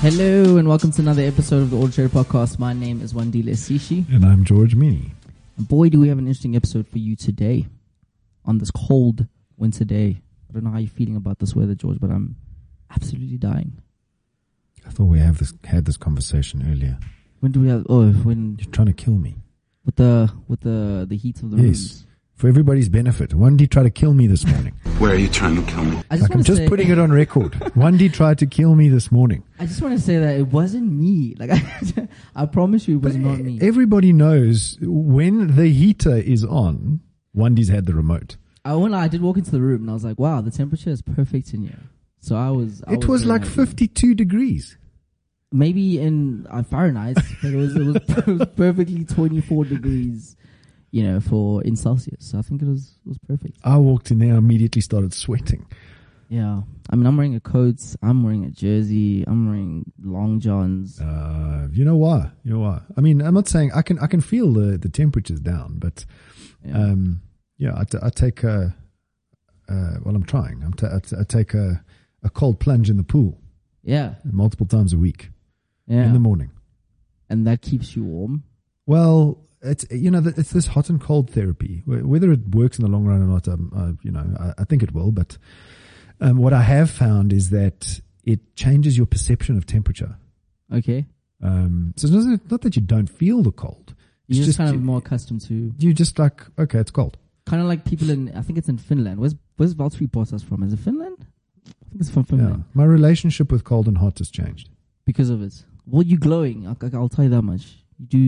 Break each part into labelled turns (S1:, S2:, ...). S1: Hello and welcome to another episode of the Old Trader Podcast. My name is Wandile Sishi.
S2: And I'm George Meany.
S1: And boy, do we have an interesting episode for you today on this cold winter day. I don't know how you're feeling about this weather, George, but I'm absolutely dying.
S2: I thought we have this, had this conversation earlier.
S1: When do we have? Oh, when
S2: You're trying to kill me.
S1: with the with the the heat of the
S2: Yes.
S1: rooms.
S2: For everybody's benefit, One D tried to kill me this morning.
S3: Where are you trying to kill me?
S1: I just
S2: like I'm
S1: want to
S2: just
S1: say,
S2: putting it on record. One D tried to kill me this morning.
S1: I just want to say that it wasn't me. Like I, I promise you, it was not me.
S2: Everybody knows when the heater is on, One D's had the remote.
S1: I went. I did walk into the room and I was like, "Wow, the temperature is perfect in here." So I was. I
S2: it was
S1: very
S2: like
S1: happy.
S2: 52 degrees.
S1: maybe in uh, Fahrenheit, but it was, it was it was perfectly 24 degrees, you know, for in Celsius. So I think it was it was perfect.
S2: I walked in there, I immediately started sweating.
S1: Yeah, I mean, I'm wearing a coat, I'm wearing a jersey, I'm wearing long johns.
S2: Uh, you know why? You know why? I mean, I'm not saying I can. I can feel the the temperatures down, but
S1: Yeah.
S2: um, yeah, I, t- I take a. Uh, well, I'm trying. I'm t- I, t- I take a a cold plunge in the pool
S1: yeah,
S2: multiple times a week
S1: yeah,
S2: in the morning.
S1: and that keeps you warm.
S2: Well, it's you know th- it's this hot and cold therapy. Wh- Whether it works in the long run or not, um, uh, you know, I, I think it will. But um, what I have found is that it changes your perception of temperature.
S1: Okay,
S2: Um, so it's not, not that you don't feel the cold.
S1: you're
S2: It's
S1: just, kind of
S2: you-
S1: more accustomed to,
S2: you just like okay, it's cold.
S1: kind of like people in. I think it's in Finland. Where's Where's Valtteri Bottas from? Is it Finland? I think it's from
S2: Yeah,
S1: Finland
S2: my relationship with cold and hot has changed.
S1: because of it. Well, you're glowing. I'll, I'll tell you that much. You do,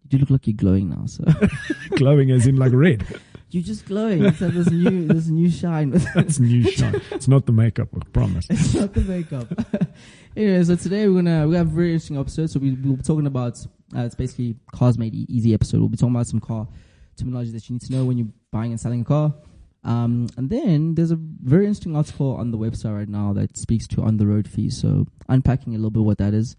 S1: you do look like you're glowing now. So.
S2: Glowing as in like red.
S1: You're just glowing. It's like this new this new shine with
S2: That's new shine. It's not the makeup, I promise.
S1: it's not the makeup. anyway, so today we're gonna we have a very interesting episode. So we we'll be talking about uh, it's basically cars made E- easy episode. We'll be talking about some car terminology that you need to know when you're buying and selling a car. Um, and then there's a very interesting article on the website right now that speaks to on the road fees. So unpacking a little bit what that is.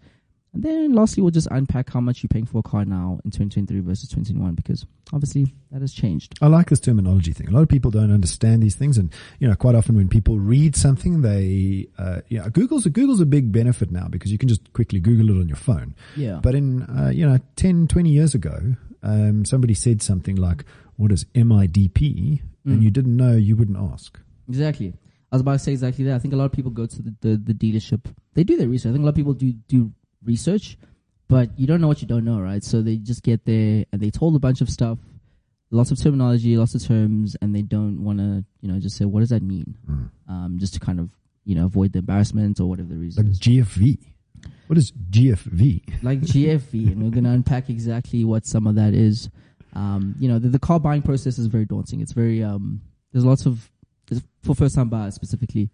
S1: And then lastly, we'll just unpack how much you're paying for a car now in 2023 versus 2021 because obviously that has changed.
S2: I like this terminology thing. A lot of people don't understand these things, and you know, quite often when people read something, they uh, yeah, Google's a Google's a big benefit now because you can just quickly Google it on your phone.
S1: Yeah.
S2: But in uh, you know 10, 20 years ago, um, somebody said something like, "What is MIDP?" and you didn't know, you wouldn't ask.
S1: Exactly. I was about to say exactly that. I think a lot of people go to the, the, the dealership. They do their research. I think a lot of people do do research, but you don't know what you don't know, right? So they just get there and they told a bunch of stuff, lots of terminology, lots of terms, and they don't want to, you know, just say what does that mean,
S2: Mm.
S1: um, just to kind of you know avoid the embarrassment or whatever the reason.
S2: Like
S1: is.
S2: GFV. What is GFV?
S1: like GFV, and we're going to unpack exactly what some of that is. Um, you know, the, the car buying process is very daunting. It's very um, there's lots of for first time buyers specifically.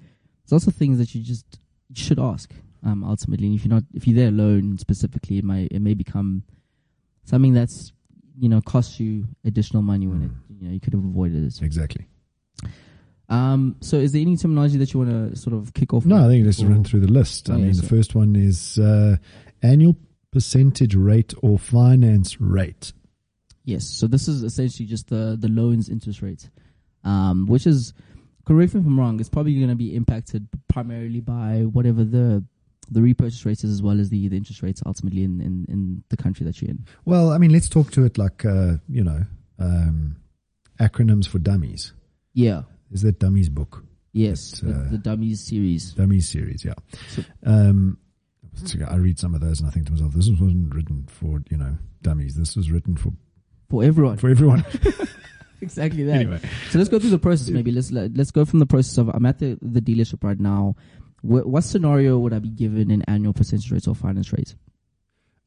S1: There's lots of things that you just should ask um, ultimately. And if you're not if you're there alone specifically, it might it may become something that's you know costs you additional money when it you know you could have avoided it.
S2: Exactly.
S1: Um, so is there any terminology that you want to sort of kick off?
S2: No,
S1: with?
S2: I think let's
S1: Or-
S2: run through the list. I
S1: Oh,
S2: mean,
S1: yes,
S2: the
S1: sir.
S2: first one is uh, annual percentage rate or finance rate.
S1: Yes. So this is essentially just the the loans interest rate, um, which is correct me if I'm wrong. It's probably going to be impacted primarily by whatever the the repurchase rates is, as well as the, the interest rates ultimately in, in, in the country that you're in.
S2: Well, I mean, let's talk to it like uh, you know um, acronyms for dummies.
S1: Yeah.
S2: Is that dummies book?
S1: Yes.
S2: It's,
S1: the,
S2: uh,
S1: the dummies series.
S2: Dummies series, yeah.
S1: So-
S2: Um, so I read some of those and I think to myself, this wasn't written for you know dummies. This was written for
S1: for everyone.
S2: for everyone.
S1: exactly that.
S2: anyway,
S1: So let's go through the process. Maybe let's let, let's go from the process of I'm at the, the dealership right now. Wh- what scenario would I be given an annual percentage rates or finance rates?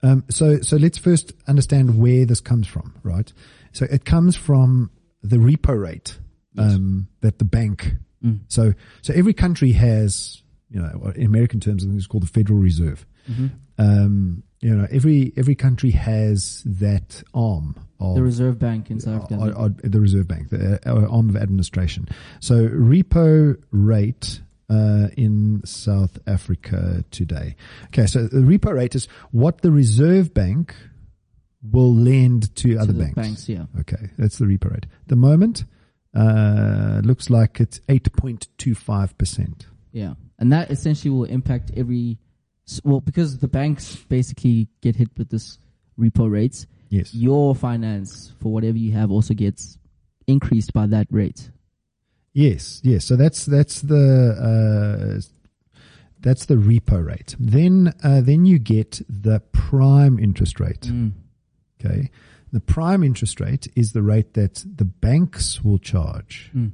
S2: Um, so, so let's first understand where this comes from, right? So it comes from the repo rate um, that the bank.
S1: Mm.
S2: So, so every country has, you know, in American terms, I think it's called the Federal Reserve.
S1: Mm-hmm.
S2: Um, you know, every every country has that arm of
S1: The Reserve Bank in South
S2: or-
S1: Africa.
S2: or- or the Reserve Bank, the uh, arm of administration. So repo rate uh, in South Africa today. Okay, so the repo rate is what the Reserve Bank will lend to,
S1: to
S2: other
S1: the
S2: banks.
S1: banks, yeah.
S2: Okay, that's the repo rate. The moment uh, looks like it's eight point two five percent.
S1: Yeah, and that essentially will impact every s- well, because the banks basically get hit with this repo rates,
S2: Yes.
S1: your finance for whatever you have also gets increased by that rate.
S2: Yes, yes. So that's that's the uh, that's the repo rate. Then uh, then you get the prime interest rate. Okay, the prime interest rate is the rate that the banks will charge
S1: Mm.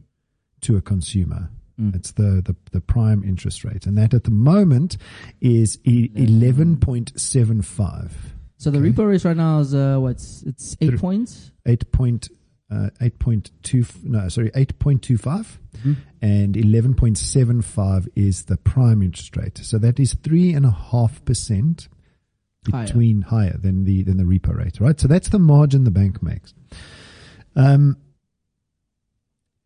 S2: to a consumer.
S1: Mm.
S2: It's the, the the prime interest rate, and that at the moment is e-, eleven point seven five.
S1: So the
S2: Okay.
S1: repo rate right now is uh, what's it's eight
S2: Three-
S1: points.
S2: Eight point uh, eight point two no sorry eight point two five and 11.75 is the prime interest rate. So that is three and a half percent
S1: Higher.
S2: between higher. than the than the repo rate, right? So that's the margin the bank makes. Um,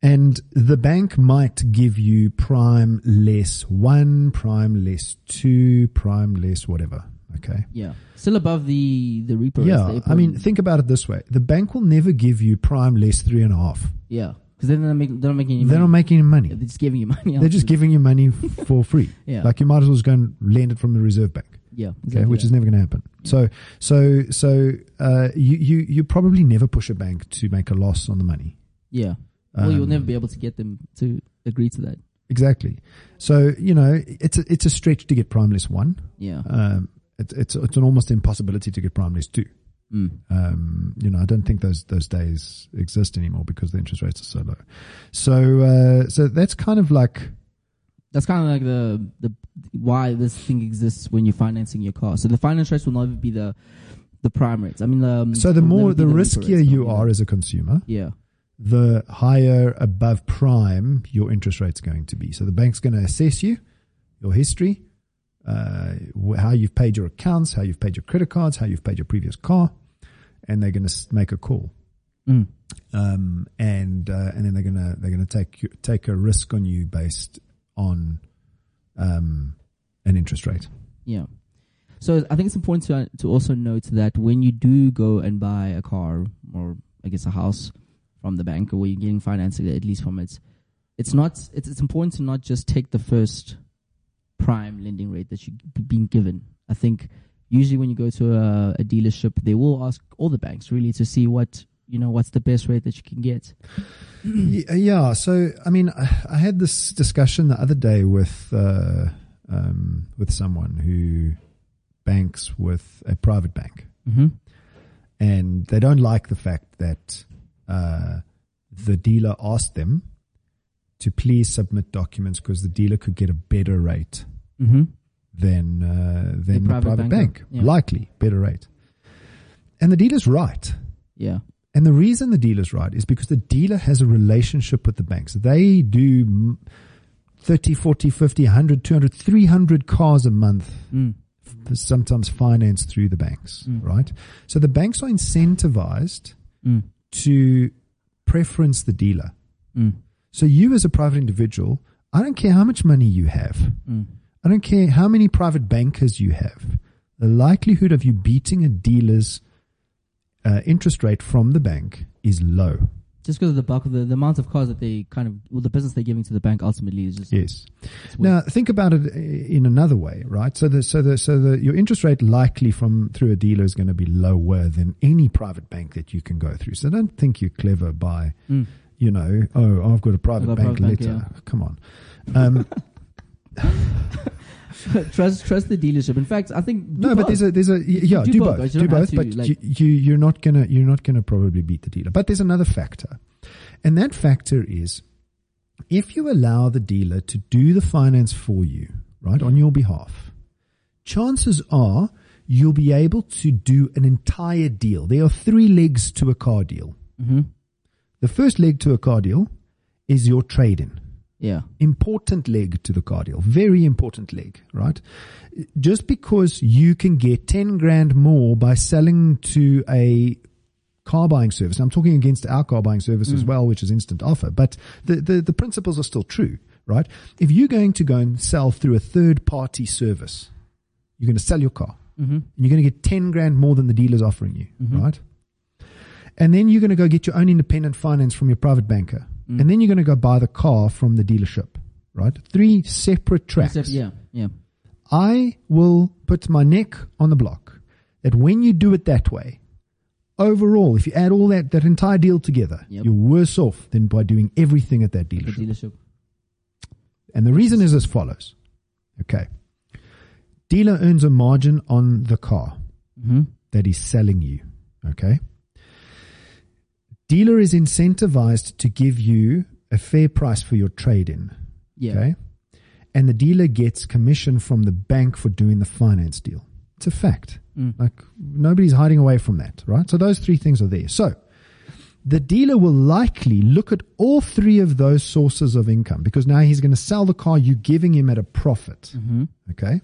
S2: and the bank might give you prime less one, prime less two, prime less whatever. Okay.
S1: Yeah, still above the the repo.
S2: yeah.
S1: rate,
S2: I mean, think about it this way: the bank will never give you prime less three and a half.
S1: yeah, because then they're, make, they're not making any
S2: They're not
S1: money.
S2: making any money.
S1: Yeah, they're just giving you money.
S2: They're
S1: afterwards.
S2: just giving you money f- for free.
S1: yeah,
S2: Like you might as well just go and lend it from the Reserve Bank,
S1: yeah,
S2: okay,
S1: exactly
S2: which
S1: that.
S2: is never going to happen. So, so, so uh, you you you probably never push a bank to make a loss on the money.
S1: yeah. well, you'll
S2: Um,
S1: never be able to get them to agree to that.
S2: exactly. So you know it's a, it's a stretch to get primeless one.
S1: Yeah.
S2: Um, it's it's it's an almost impossibility to get primeless two.
S1: Mm.
S2: Um, you know, I don't think those those days exist anymore because the interest rates are so low. So uh, so that's kind of like
S1: That's kind of like the the why this thing exists when you're financing your car. So the finance rates will never be the the prime rates. I mean, the, um,
S2: so the
S1: will never
S2: more
S1: be
S2: the
S1: repo
S2: riskier
S1: rates,
S2: you
S1: yeah.
S2: are as a consumer,
S1: Yeah.
S2: the higher above prime your interest rate's going to be. So the bank's going to assess you, your history, uh, wh- how you've paid your accounts, how you've paid your credit cards, how you've paid your previous car, and they're going to make a call.
S1: Mm.
S2: Um, and uh, and then they're going to they're going to take you, take a risk on you based on um, an interest rate.
S1: Yeah. So I think it's important to to also note that when you do go and buy a car or I guess a house from the bank or where you're getting financing at least from it, it's not it's it's important to not just take the first prime lending rate that you've been given. I think usually when you go to a, a dealership, they will ask all the banks really to see what you know what's the best rate that you can get.
S2: Y- yeah. So I mean, I, I had this discussion the other day with uh, um, with someone who banks with a private bank,
S1: Mm-hmm.
S2: and they don't like the fact that uh, the dealer asked them to please submit documents because the dealer could get a better rate
S1: Mm-hmm.
S2: than uh, than the private,
S1: private
S2: bank,
S1: bank, yeah.
S2: likely better rate. And the dealer's right.
S1: Yeah.
S2: And the reason the dealer's right is because the dealer has a relationship with the banks. They do mm, 30, 40, 50, 100, 200, 300 cars a month,
S1: Mm.
S2: f- sometimes financed through the banks,
S1: Mm.
S2: right? So the banks are incentivized
S1: Mm.
S2: to preference the dealer.
S1: Mm.
S2: So you as a private individual, I don't care how much money you have.
S1: Mm.
S2: I don't care how many private bankers you have. The likelihood of you beating a dealer's uh, interest rate from the bank is low.
S1: Just because of the bulk of the, the amount of cars that they kind of, well, the business they're giving to the bank ultimately is just.
S2: Yes.
S1: it's weird.
S2: Now think about it uh, in another way, right? So the so the so the your interest rate likely from through a dealer is going to be lower than any private bank that you can go through. So don't think you're clever by
S1: Mm.
S2: you know oh I've got a private
S1: I've got a
S2: bank
S1: private bank,
S2: letter. Come on, um,
S1: trust trust the dealership. In fact, I think
S2: no, but there's a there's a y- yeah
S1: do
S2: do
S1: both,
S2: both,
S1: guys. You
S2: do
S1: don't have
S2: both,
S1: to,
S2: but
S1: like-
S2: you, you you're not gonna you're not gonna probably beat the dealer. But there's another factor, and that factor is if you allow the dealer to do the finance for you, right, on your behalf, chances are you'll be able to do an entire deal. There are three legs to a car deal.
S1: hmm
S2: The first leg to a car deal is your trade in
S1: yeah
S2: important leg to the car deal. Very important leg, right? Just because you can get 10 grand more by selling to a car buying service. I'm talking against our car buying service as well, which is instant offer, but the, the, the principles are still true, right? If you're going to go and sell through a third party service, you're going to sell your car
S1: hmm
S2: and you're going to get 10 grand more than the dealer's offering you, right? And then you're going to go get your own independent finance from your private banker. And then you're going to go buy the car from the dealership, right? Three separate tracks.
S1: Except- yeah yeah
S2: I will put my neck on the block that when you do it that way, overall, if you add all that, that entire deal together,
S1: Yep.
S2: you're worse off than by doing everything at that
S1: The
S2: dealership.
S1: dealership.
S2: And the reason is as follows. Okay. Dealer earns a margin on the car
S1: Mm-hmm.
S2: that he's selling you. Okay. Dealer is incentivized to give you a fair price for your trade in.
S1: Yeah.
S2: Okay. And the dealer gets commission from the bank for doing the finance deal. It's a fact.
S1: Mm.
S2: Like nobody's hiding away from that, right? So those three things are there. So the dealer will likely look at all three of those sources of income because now he's going to sell the car you're giving him at a profit.
S1: Mm-hmm.
S2: Okay.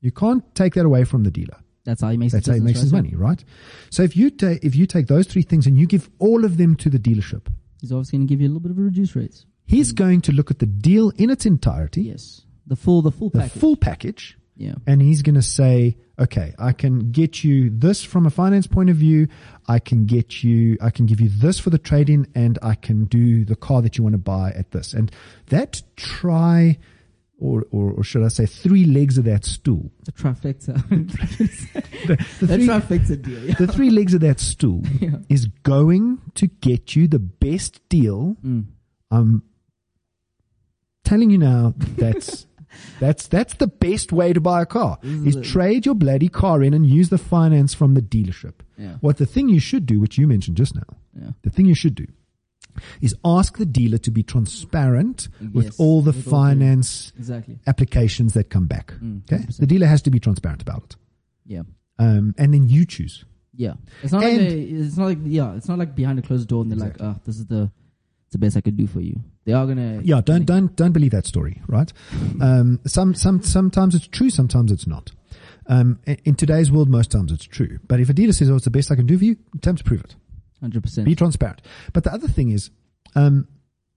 S2: You can't take that away from the dealer.
S1: That's how he makes.
S2: That's how
S1: his
S2: he
S1: business,
S2: makes his
S1: right?
S2: money, right? So if you take if you take those three things and you give all of them to the dealership,
S1: He's obviously going to give you a little bit of a reduced rate.
S2: he's going to look at the deal in its entirety,
S1: Yes. The full. The full
S2: the
S1: package.
S2: full package,
S1: yeah.
S2: and he's going to say, okay, I can get you this from a finance point of view. I can get you, I can give you this for the trade in, and I can do the car that you want to buy at this. And that try, or, or, or should I say, three legs of that stool.
S1: The trifecta.
S2: The
S1: the
S2: three,
S1: trifecta deal. Yeah.
S2: the three legs of that stool
S1: Yeah.
S2: is going to get you the best deal.
S1: Mm.
S2: I'm telling you now, that's. That's that's the best way to buy a car. Is
S1: Is it?
S2: trade your bloody car in and use the finance from the dealership.
S1: Yeah.
S2: What the thing you should do, which you mentioned just now,
S1: Yeah.
S2: the thing you should do is ask the dealer to be transparent with
S1: Yes,
S2: all the
S1: with all the-
S2: finance
S1: Exactly.
S2: applications that come back.
S1: Mm,
S2: Okay?
S1: 100%.
S2: The dealer has to be transparent about it.
S1: Yeah.
S2: Um, and then you choose.
S1: Yeah. It's not
S2: And-
S1: like they, it's not like yeah, it's not like behind a closed door and they're like, oh, this is the it's the best I could do for you. They are gonna
S2: Yeah, don't don't don't believe that story, right? Um, some some sometimes it's true, sometimes it's not. Um, in in today's world, most times it's true. But if a dealer says, "Oh, it's the best I can do for you," time to prove it.
S1: hundred percent.
S2: Be transparent. But the other thing is, um,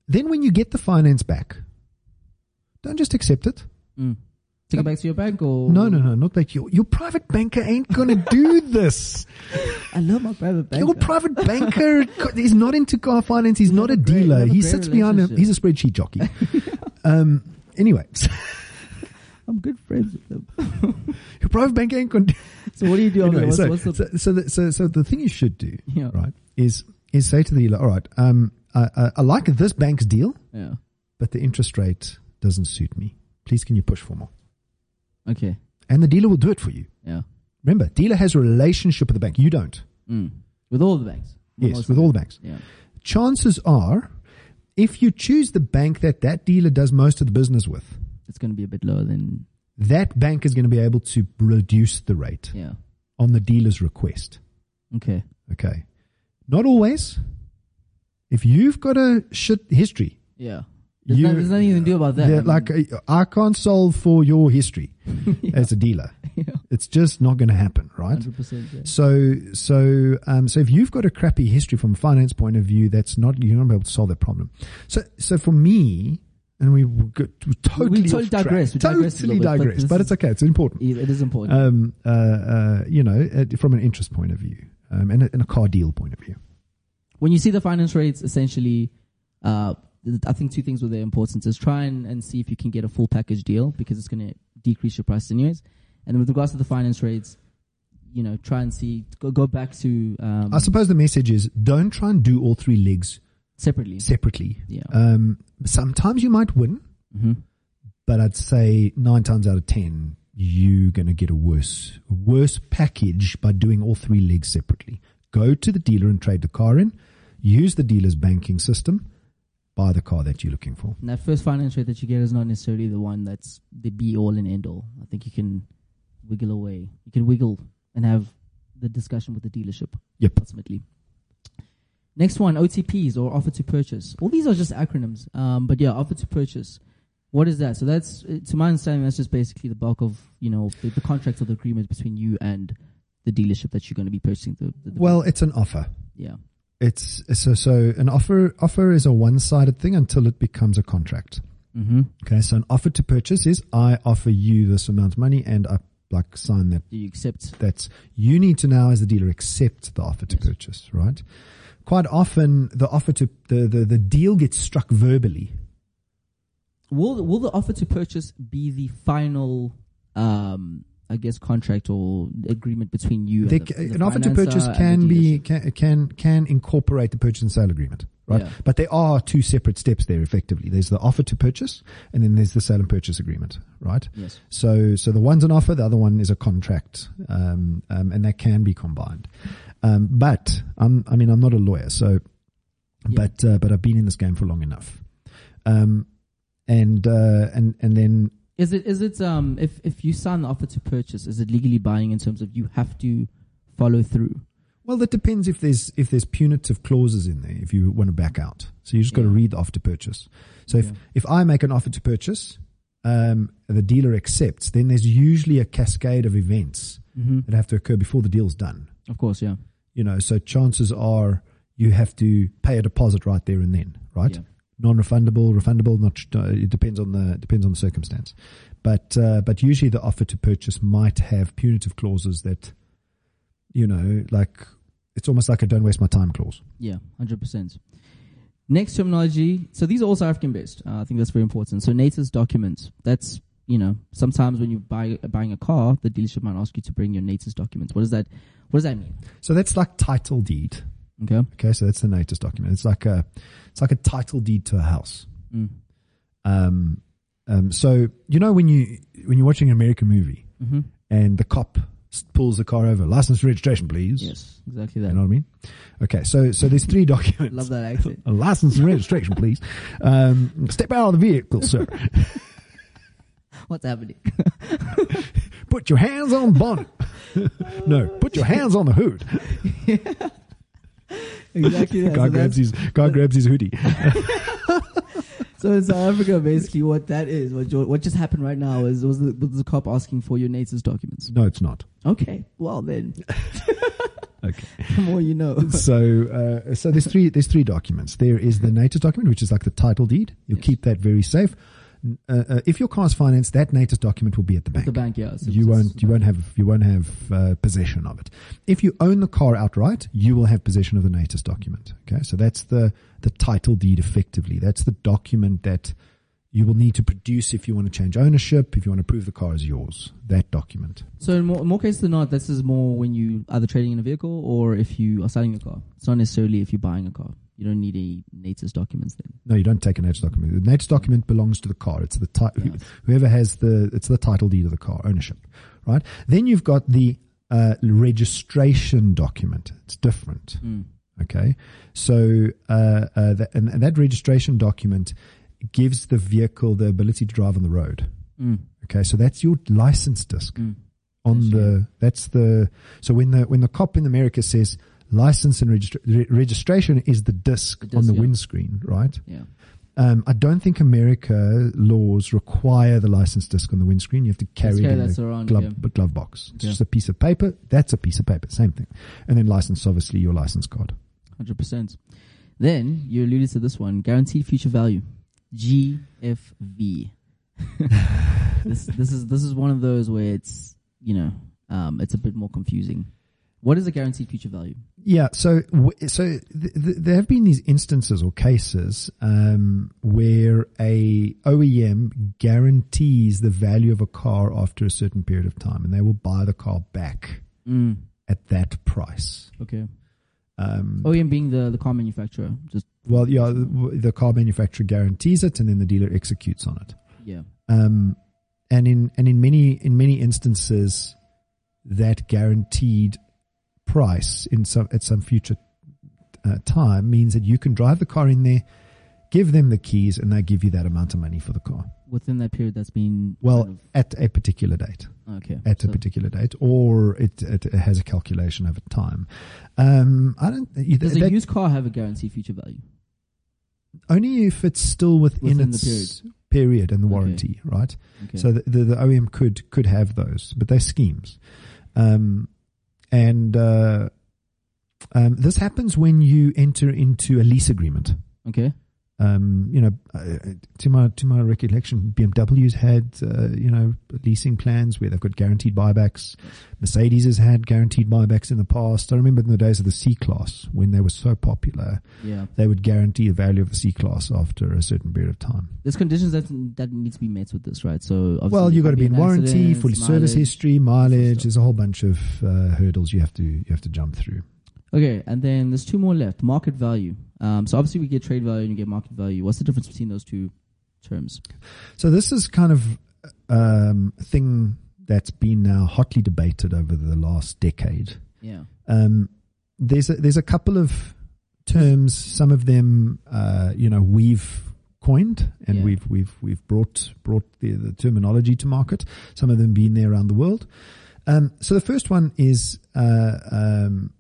S2: then when you get the finance back, don't just accept it.
S1: Mm. Take it back to your bank or
S2: No, no, no, not that your your private banker ain't gonna do this.
S1: I love my private bank.
S2: Your private banker is not into car finance. He's not a
S1: have a great- you
S2: dealer.
S1: have a
S2: He
S1: great
S2: sits behind a
S1: relationship.
S2: he's a spreadsheet jockey. um, anyway,
S1: I'm good friends with them.
S2: your private banker ain't gonna. do-
S1: So what do you do?
S2: Anyway,
S1: Anyway, what's,
S2: so,
S1: what's the,
S2: so, so, the, so so the thing you should do
S1: yeah,
S2: right is is say to the dealer, all right, um, I, I, I like this bank's deal,
S1: yeah.
S2: but the interest rate doesn't suit me. Please, can you push for more?
S1: Okay.
S2: And the dealer will do it for you.
S1: Yeah.
S2: Remember, dealer has a relationship with the bank. You don't.
S1: Mm. With all the banks.
S2: Yes, with all the banks.
S1: Yeah.
S2: Chances are, if you choose the bank that that dealer does most of the business with,
S1: It's gonna be a bit lower than
S2: that bank is going to be able to reduce the rate
S1: yeah.
S2: on the dealer's request.
S1: Okay.
S2: Okay. Not always. If you've got a shit history,
S1: Yeah. There's,
S2: You-
S1: no- there's nothing you can do about that. I
S2: that
S1: mean,
S2: like uh, I can't solve for your history as a dealer.
S1: yeah.
S2: It's just not going to happen, right?
S1: Hundred percent. Yeah.
S2: So, so, um, so if you've got a crappy history from a finance point of view, that's not you're not gonna be able to solve that problem. So, so for me, and we were go- we totally
S1: We totally
S2: off track.
S1: digress. We
S2: totally
S1: digress a little bit, but
S2: digress,
S1: this
S2: but
S1: is-
S2: it's okay. It's important.
S1: It is important.
S2: Um, uh, uh, you know, uh, from an interest point of view, um, and a, and a car deal point of view.
S1: when you see the finance rates, essentially, uh, th- I think two things were the importance is try and, and see if you can get a full package deal because it's going to decrease your price anyways. And then with regards to the finance rates, you know, try and see go, go back to um,
S2: I suppose the message is don't try and do all three legs
S1: separately.
S2: separately.
S1: Yeah.
S2: Um, sometimes you might win,
S1: hmm
S2: but I'd say nine times out of ten, you're going to get a worse, worse package by doing all three legs separately. Go to the dealer and trade the car in. Use the dealer's banking system. Buy the car that you're looking for.
S1: And that first finance rate that you get is not necessarily the one that's the be all and end all. I think you can wiggle away. You can wiggle and have the discussion with the dealership.
S2: Yep.
S1: Ultimately. Next one, OTPs or offer to purchase. All these are just acronyms. Um, but yeah, offer to purchase. What is that? So that's, uh, to my understanding, that's just basically the bulk of you know the, the contract or the agreement between you and the dealership that you're going to be purchasing the. the, the
S2: Well, it's an offer.
S1: yeah,
S2: It's so so. An offer offer is a one sided thing until it becomes a contract.
S1: mm-hmm.
S2: Okay, so an offer to purchase is I offer you this amount of money and I like sign that
S1: Do you accept?
S2: that's you need to now as the dealer accept the offer to
S1: Yes.
S2: purchase right quite often the offer to the, the the deal gets struck verbally
S1: Will will the offer to purchase be the final um, I guess contract or agreement between you.
S2: They
S1: and
S2: ca-
S1: the, the
S2: an offer to
S1: financer
S2: purchase
S1: and the
S2: can be
S1: dealership.
S2: can, can can incorporate the purchase and sale agreement, right?
S1: Yeah.
S2: But there are two separate steps there. Effectively, there's the offer to purchase, and then there's the sale and purchase agreement, right?
S1: Yes.
S2: So, so the one's an offer, the other one is a contract, um, um, and that can be combined. Um, but I'm, I mean, I'm not a lawyer, so,
S1: Yeah.
S2: but uh, but I've been in this game for long enough, um, and uh, and and then
S1: Is it is it um if if you sign the offer to purchase, is it legally binding in terms of you have to follow through?
S2: well, that depends if there's if there's punitive clauses in there if you want to back out. So you just got to
S1: Yeah.
S2: read the offer to purchase. So if
S1: Yeah.
S2: if I make an offer to purchase, um, the dealer accepts, then there's usually a cascade of events
S1: Mm-hmm.
S2: that have to occur before the deal's done.
S1: Of course, yeah.
S2: you know so chances are you have to pay a deposit right there and then right
S1: Yeah.
S2: non-refundable refundable not uh, it depends on the depends on the circumstance but uh, but usually the offer to purchase might have punitive clauses that you know like it's almost like a don't waste my time clause
S1: Yeah, hundred percent. Next terminology. So these are also African based. Uh, I think that's very important. So NATO's documents. That's you know sometimes when you buy buying a car, the dealership might ask you to bring your NATO's documents. What does that What does that mean?
S2: so that's like title deed
S1: Okay.
S2: okay so that's the natus document it's like a it's like a title deed to a house
S1: Mm.
S2: um, um so you know when you when you're watching an american movie
S1: Mm-hmm.
S2: and the cop s- pulls the car over license registration please
S1: Yes, exactly
S2: You
S1: that.
S2: know what I mean? Okay, so so there's three documents.
S1: Love that accent.
S2: A license and registration, please. Um, step out of the vehicle, sir.
S1: What's happening?
S2: Put your hands on bonnet. no, put your hands on the hood.
S1: Exactly that.
S2: guy
S1: So
S2: grabs
S1: that's-
S2: his guy grabs his hoodie.
S1: So in South Africa, basically, what that is, what jo- what just happened right now is was the, was the cop asking for your NATO's documents.
S2: No, it's not.
S1: Okay, well then,
S2: Okay.
S1: the more you know.
S2: So uh, so there's three there's three documents. There is the native document, which is like the title deed. You'll
S1: Yes.
S2: keep that very safe. Uh, uh, if your car's financed, that native document will be at the bank.
S1: The bank, yeah. so
S2: you
S1: it's-
S2: won't you won't have you won't have uh, possession of it. If you own the car outright, you will have possession of the natus document. Okay, so that's the the title deed effectively. That's the document that you will need to produce if you want to change ownership, if you want to prove the car is yours. That document.
S1: So in more, in more cases than not, this is more when you either trading in a vehicle or if you are selling a car. It's not necessarily if you're buying a car. You don't need any NATO's documents then.
S2: No, you don't take a natus document. The natus document belongs to the car. It's the ti-
S1: Yeah.
S2: whoever has the it's the title deed of the car ownership, right? Then you've got the uh, registration document. It's different.
S1: Mm.
S2: Okay, so uh, uh, that, and, and that registration document gives the vehicle the ability to drive on the road.
S1: Mm.
S2: Okay, so that's your license disc
S1: Mm.
S2: on
S1: That's
S2: the. That's the. So when the when the cop in America says license and registra- re- registration is the disc
S1: The
S2: on
S1: disc,
S2: the
S1: yeah.
S2: windscreen, right?
S1: Yeah.
S2: Um, I don't think America laws require the license disc on the windscreen. You have to carry
S1: Let's
S2: it
S1: carry
S2: in the
S1: that around.
S2: glove,
S1: yeah.
S2: but glove box. It's
S1: Yeah.
S2: just a piece of paper. That's a piece of paper. Same thing. And then license, obviously, your license card.
S1: Hundred percent. Then you alluded to this one: guaranteed future value, GFV. this this is this is one of those where it's you know um, it's a bit more confusing. What is a guaranteed future value?
S2: Yeah, so w- so th- th- there have been these instances or cases um, where a OEM guarantees the value of a car after a certain period of time, and they will buy the car back
S1: Mm,
S2: at that price.
S1: okay.
S2: Um,
S1: OEM being the the car manufacturer, just
S2: Well, yeah, the, w- the car manufacturer guarantees it, and then the dealer executes on it.
S1: yeah.
S2: Um, and in and in many in many instances, that guaranteed price in some at some future uh, time means that you can drive the car in there, give them the keys, and they give you that amount of money for the car.
S1: Within that period, that's been
S2: Well,
S1: kind
S2: at a particular date,
S1: of- okay.
S2: at
S1: so-
S2: a particular date, or it, it, it has a calculation over time. Um, I don't. you-
S1: does
S2: that-
S1: a used car have a guaranteed future value?
S2: only if it's still within,
S1: Within the
S2: its period. and the
S1: Okay.
S2: warranty, right?
S1: Okay.
S2: So the, the the OEM could could have those, but they're schemes. Um, and uh, um, this happens when you enter into a lease agreement.
S1: okay.
S2: Um, you know, uh, to my to my recollection, BMW's had uh, you know leasing plans where they've got guaranteed buybacks. Mercedes has had guaranteed buybacks in the past. I remember in the days of the C class when they were so popular,
S1: Yeah.
S2: they would guarantee the value of the C class after a certain period of time.
S1: There's conditions that that need to be met with this, right? So obviously
S2: Well,
S1: there
S2: you've got
S1: could
S2: to be in
S1: an
S2: warranty,
S1: accident,
S2: fully service
S1: mileage.
S2: history,
S1: stuff.
S2: mileage. There's a whole bunch of uh, hurdles you have to you have to jump through.
S1: Okay, and then there's two more left. Market value. Um, so obviously we get trade value and you get market value. What's the difference between those two terms?
S2: So this is kind of um, a thing that's been now hotly debated over the last decade.
S1: Yeah.
S2: Um, there's a, there's a couple of terms. Some of them, uh, you know, we've coined and
S1: Yeah.
S2: we've we've we've brought brought the, the terminology to market. Some of them been there around the world. Um, so the first one is uh, um,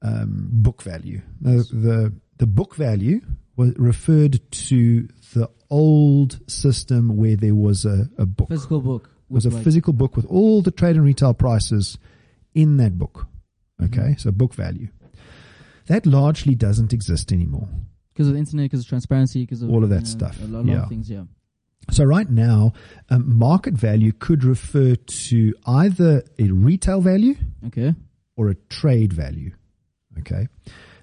S2: um, book value. The, the the book value was referred to the old system where there was a, a book
S1: Physical book.
S2: was a
S1: with like-
S2: physical book with all the trade and retail prices in that book. Okay,
S1: Mhm.
S2: so book value. That largely doesn't exist anymore.
S1: because of the internet, because of transparency, because of
S2: All of that
S1: you know,
S2: stuff,
S1: A lot, lot
S2: yeah.
S1: of things, yeah.
S2: So right now, um, market value could refer to either a retail value
S1: Okay.
S2: or a trade value. Okay,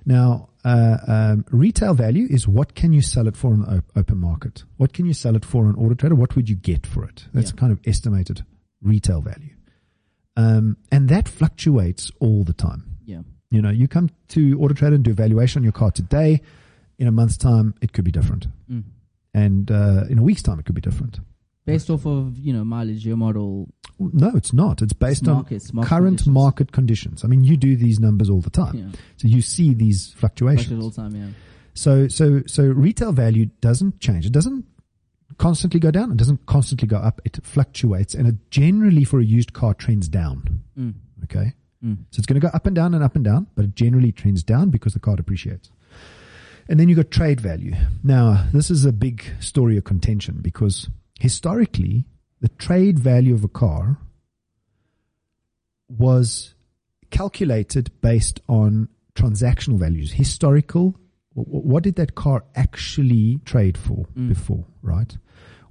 S2: now uh, um, retail value is what can you sell it for in the op- open market? What can you sell it for on order trader? What would you get for it? That's
S1: Yeah.
S2: kind of estimated retail value, um, and that fluctuates all the time.
S1: Yeah.
S2: You know, you come to Auto Trader and do a valuation on your car today. In a month's time, it could be different,
S1: Mm.
S2: and uh, in a week's time, it could be different.
S1: Based off of you know mileage, your model,
S2: No, it's not. It's based on
S1: markets, market
S2: current
S1: conditions.
S2: market conditions. I mean, you do these numbers all the time,
S1: Yeah.
S2: so you see these
S1: Market
S2: fluctuations.
S1: all time, yeah.
S2: So, so, so retail value doesn't change. It doesn't constantly go down. It doesn't constantly go up. It fluctuates, and it generally for a used car trends down.
S1: Mm.
S2: Okay.
S1: Mm.
S2: So it's going to go up and down and up and down, but it generally trends down because the car depreciates. And then you've got trade value. Now, this is a big story of contention because historically, the trade value of a car was calculated based on transactional values, historical. wh- wh- What did that car actually trade for
S1: Mm.
S2: before, right?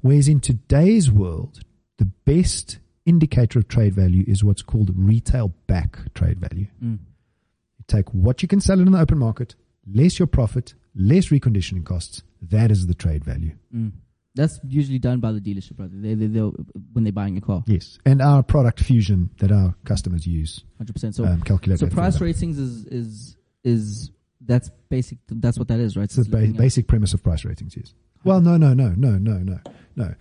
S2: Whereas in today's world, the best indicator of trade value is what's called retail back trade value.
S1: Mm.
S2: You take what you can sell it in the open market, less your profit, less reconditioning costs. That is the trade value.
S1: Mm. That's usually done by the dealership, right? They, they, they'll, when they're buying a car,
S2: Yes. And our product fusion that our customers use
S1: 100%. So,
S2: um, calculates
S1: so
S2: that for
S1: price
S2: them.
S1: ratings is, is, is, that's basic, that's what that is, right?
S2: It's the
S1: It's
S2: ba-
S1: looking at-
S2: basic premise of price ratings, yes. Well, no, no, no, no, no, no, no.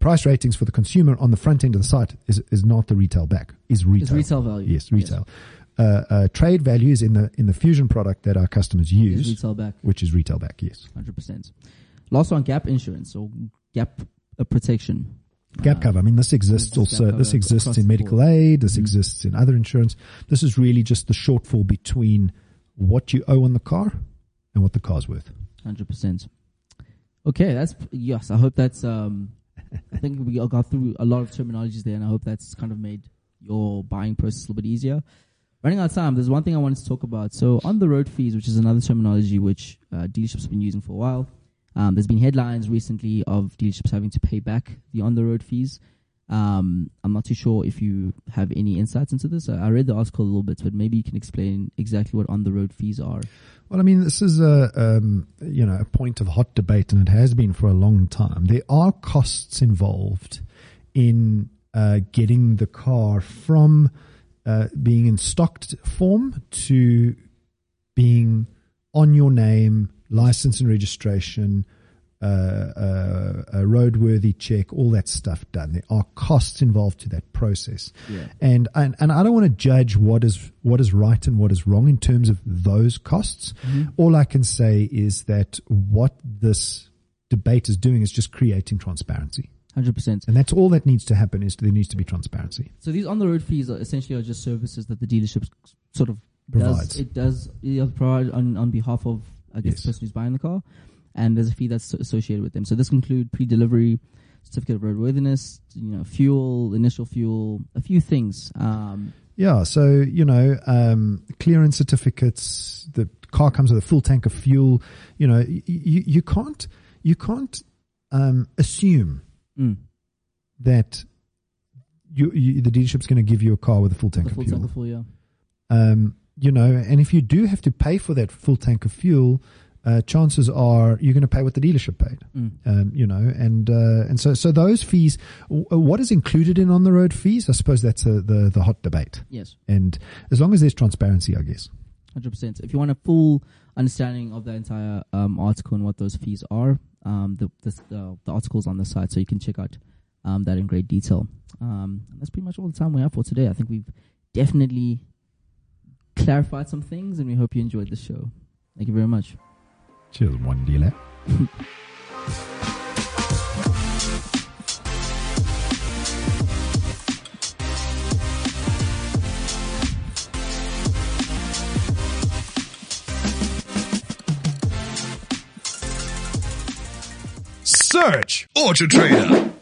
S2: Price ratings for the consumer on the front end of the site is, is not the retail back, is retail.
S1: It's retail value.
S2: Yes, retail. Uh, uh, trade value is in the, in the fusion product that our customers
S1: Yes. It's
S2: use,
S1: retail back,
S2: which is retail back, yes.
S1: 100%. Last one, gap insurance or gap uh, protection.
S2: Gap
S1: Uh,
S2: cover. I mean, this exists
S1: gap
S2: also.
S1: cover
S2: This
S1: across
S2: exists in
S1: the
S2: medical
S1: board.
S2: aid. This
S1: Mhm.
S2: exists in other insurance. This is really just the shortfall between what you owe on the car and what the car's worth.
S1: Hundred percent. Okay, that's yes. I hope that's. Um, I think we all got through a lot of terminologies there, and I hope that's kind of made your buying process a little bit easier. Running out of time, there's one thing I wanted to talk about. So on the road fees, which is another terminology which uh, dealerships have been using for a while. Um, there's been headlines recently of dealerships having to pay back the on the road fees. Um, I'm not too sure if you have any insights into this. I I read the article a little bit, but maybe you can explain exactly what on the road fees are.
S2: Well, I mean, this is a um, you know a point of hot debate, and it has been for a long time. There are costs involved in uh, getting the car from uh, being in stocked form to being on your name, license and registration, uh, uh, a roadworthy check, all that stuff done. There are costs involved to that process
S1: Yeah.
S2: and and, and I don't want to judge what is what is right and what is wrong in terms of those costs.
S1: Mm-hmm.
S2: All I can say is that what this debate is doing is just creating transparency,
S1: Hundred percent.
S2: and that's all that needs to happen is there needs to be transparency.
S1: So these on the road fees are essentially are just services that the dealership sort of
S2: Provides.
S1: Does, it does it provide on, on behalf of I guess
S2: Yes.
S1: the person who's buying the car, and there's a fee that's associated with them. So this can include pre-delivery, certificate of roadworthiness, you know, fuel, initial fuel, a few things. Um,
S2: Yeah, so you know, um, clearance certificates. The car comes with a full tank of fuel. You know, you, you can't you can't um, assume
S1: Mm.
S2: that you, you the dealership's going to give you a car with a full tank
S1: The full
S2: of fuel.
S1: tank of full, yeah.
S2: um, you know, and if you do have to pay for that full tank of fuel, uh, chances are you're going to pay what the dealership paid.
S1: Mm.
S2: Um, you know, and uh, and so so those fees. w- uh, What is included in on the road fees? I suppose that's uh the the hot debate.
S1: Yes,
S2: And as long as there's transparency, I guess.
S1: 100%. If you want a full understanding of the entire um, article and what those fees are, um, the, this, the, the article's on the site, so you can check out um, that in great detail. Um, and that's pretty much all the time we have for today. I think we've definitely clarified some things, and we hope you enjoyed the show. Thank you very much.
S2: Cheers, one eh? dealer.
S3: Search Auto Trader.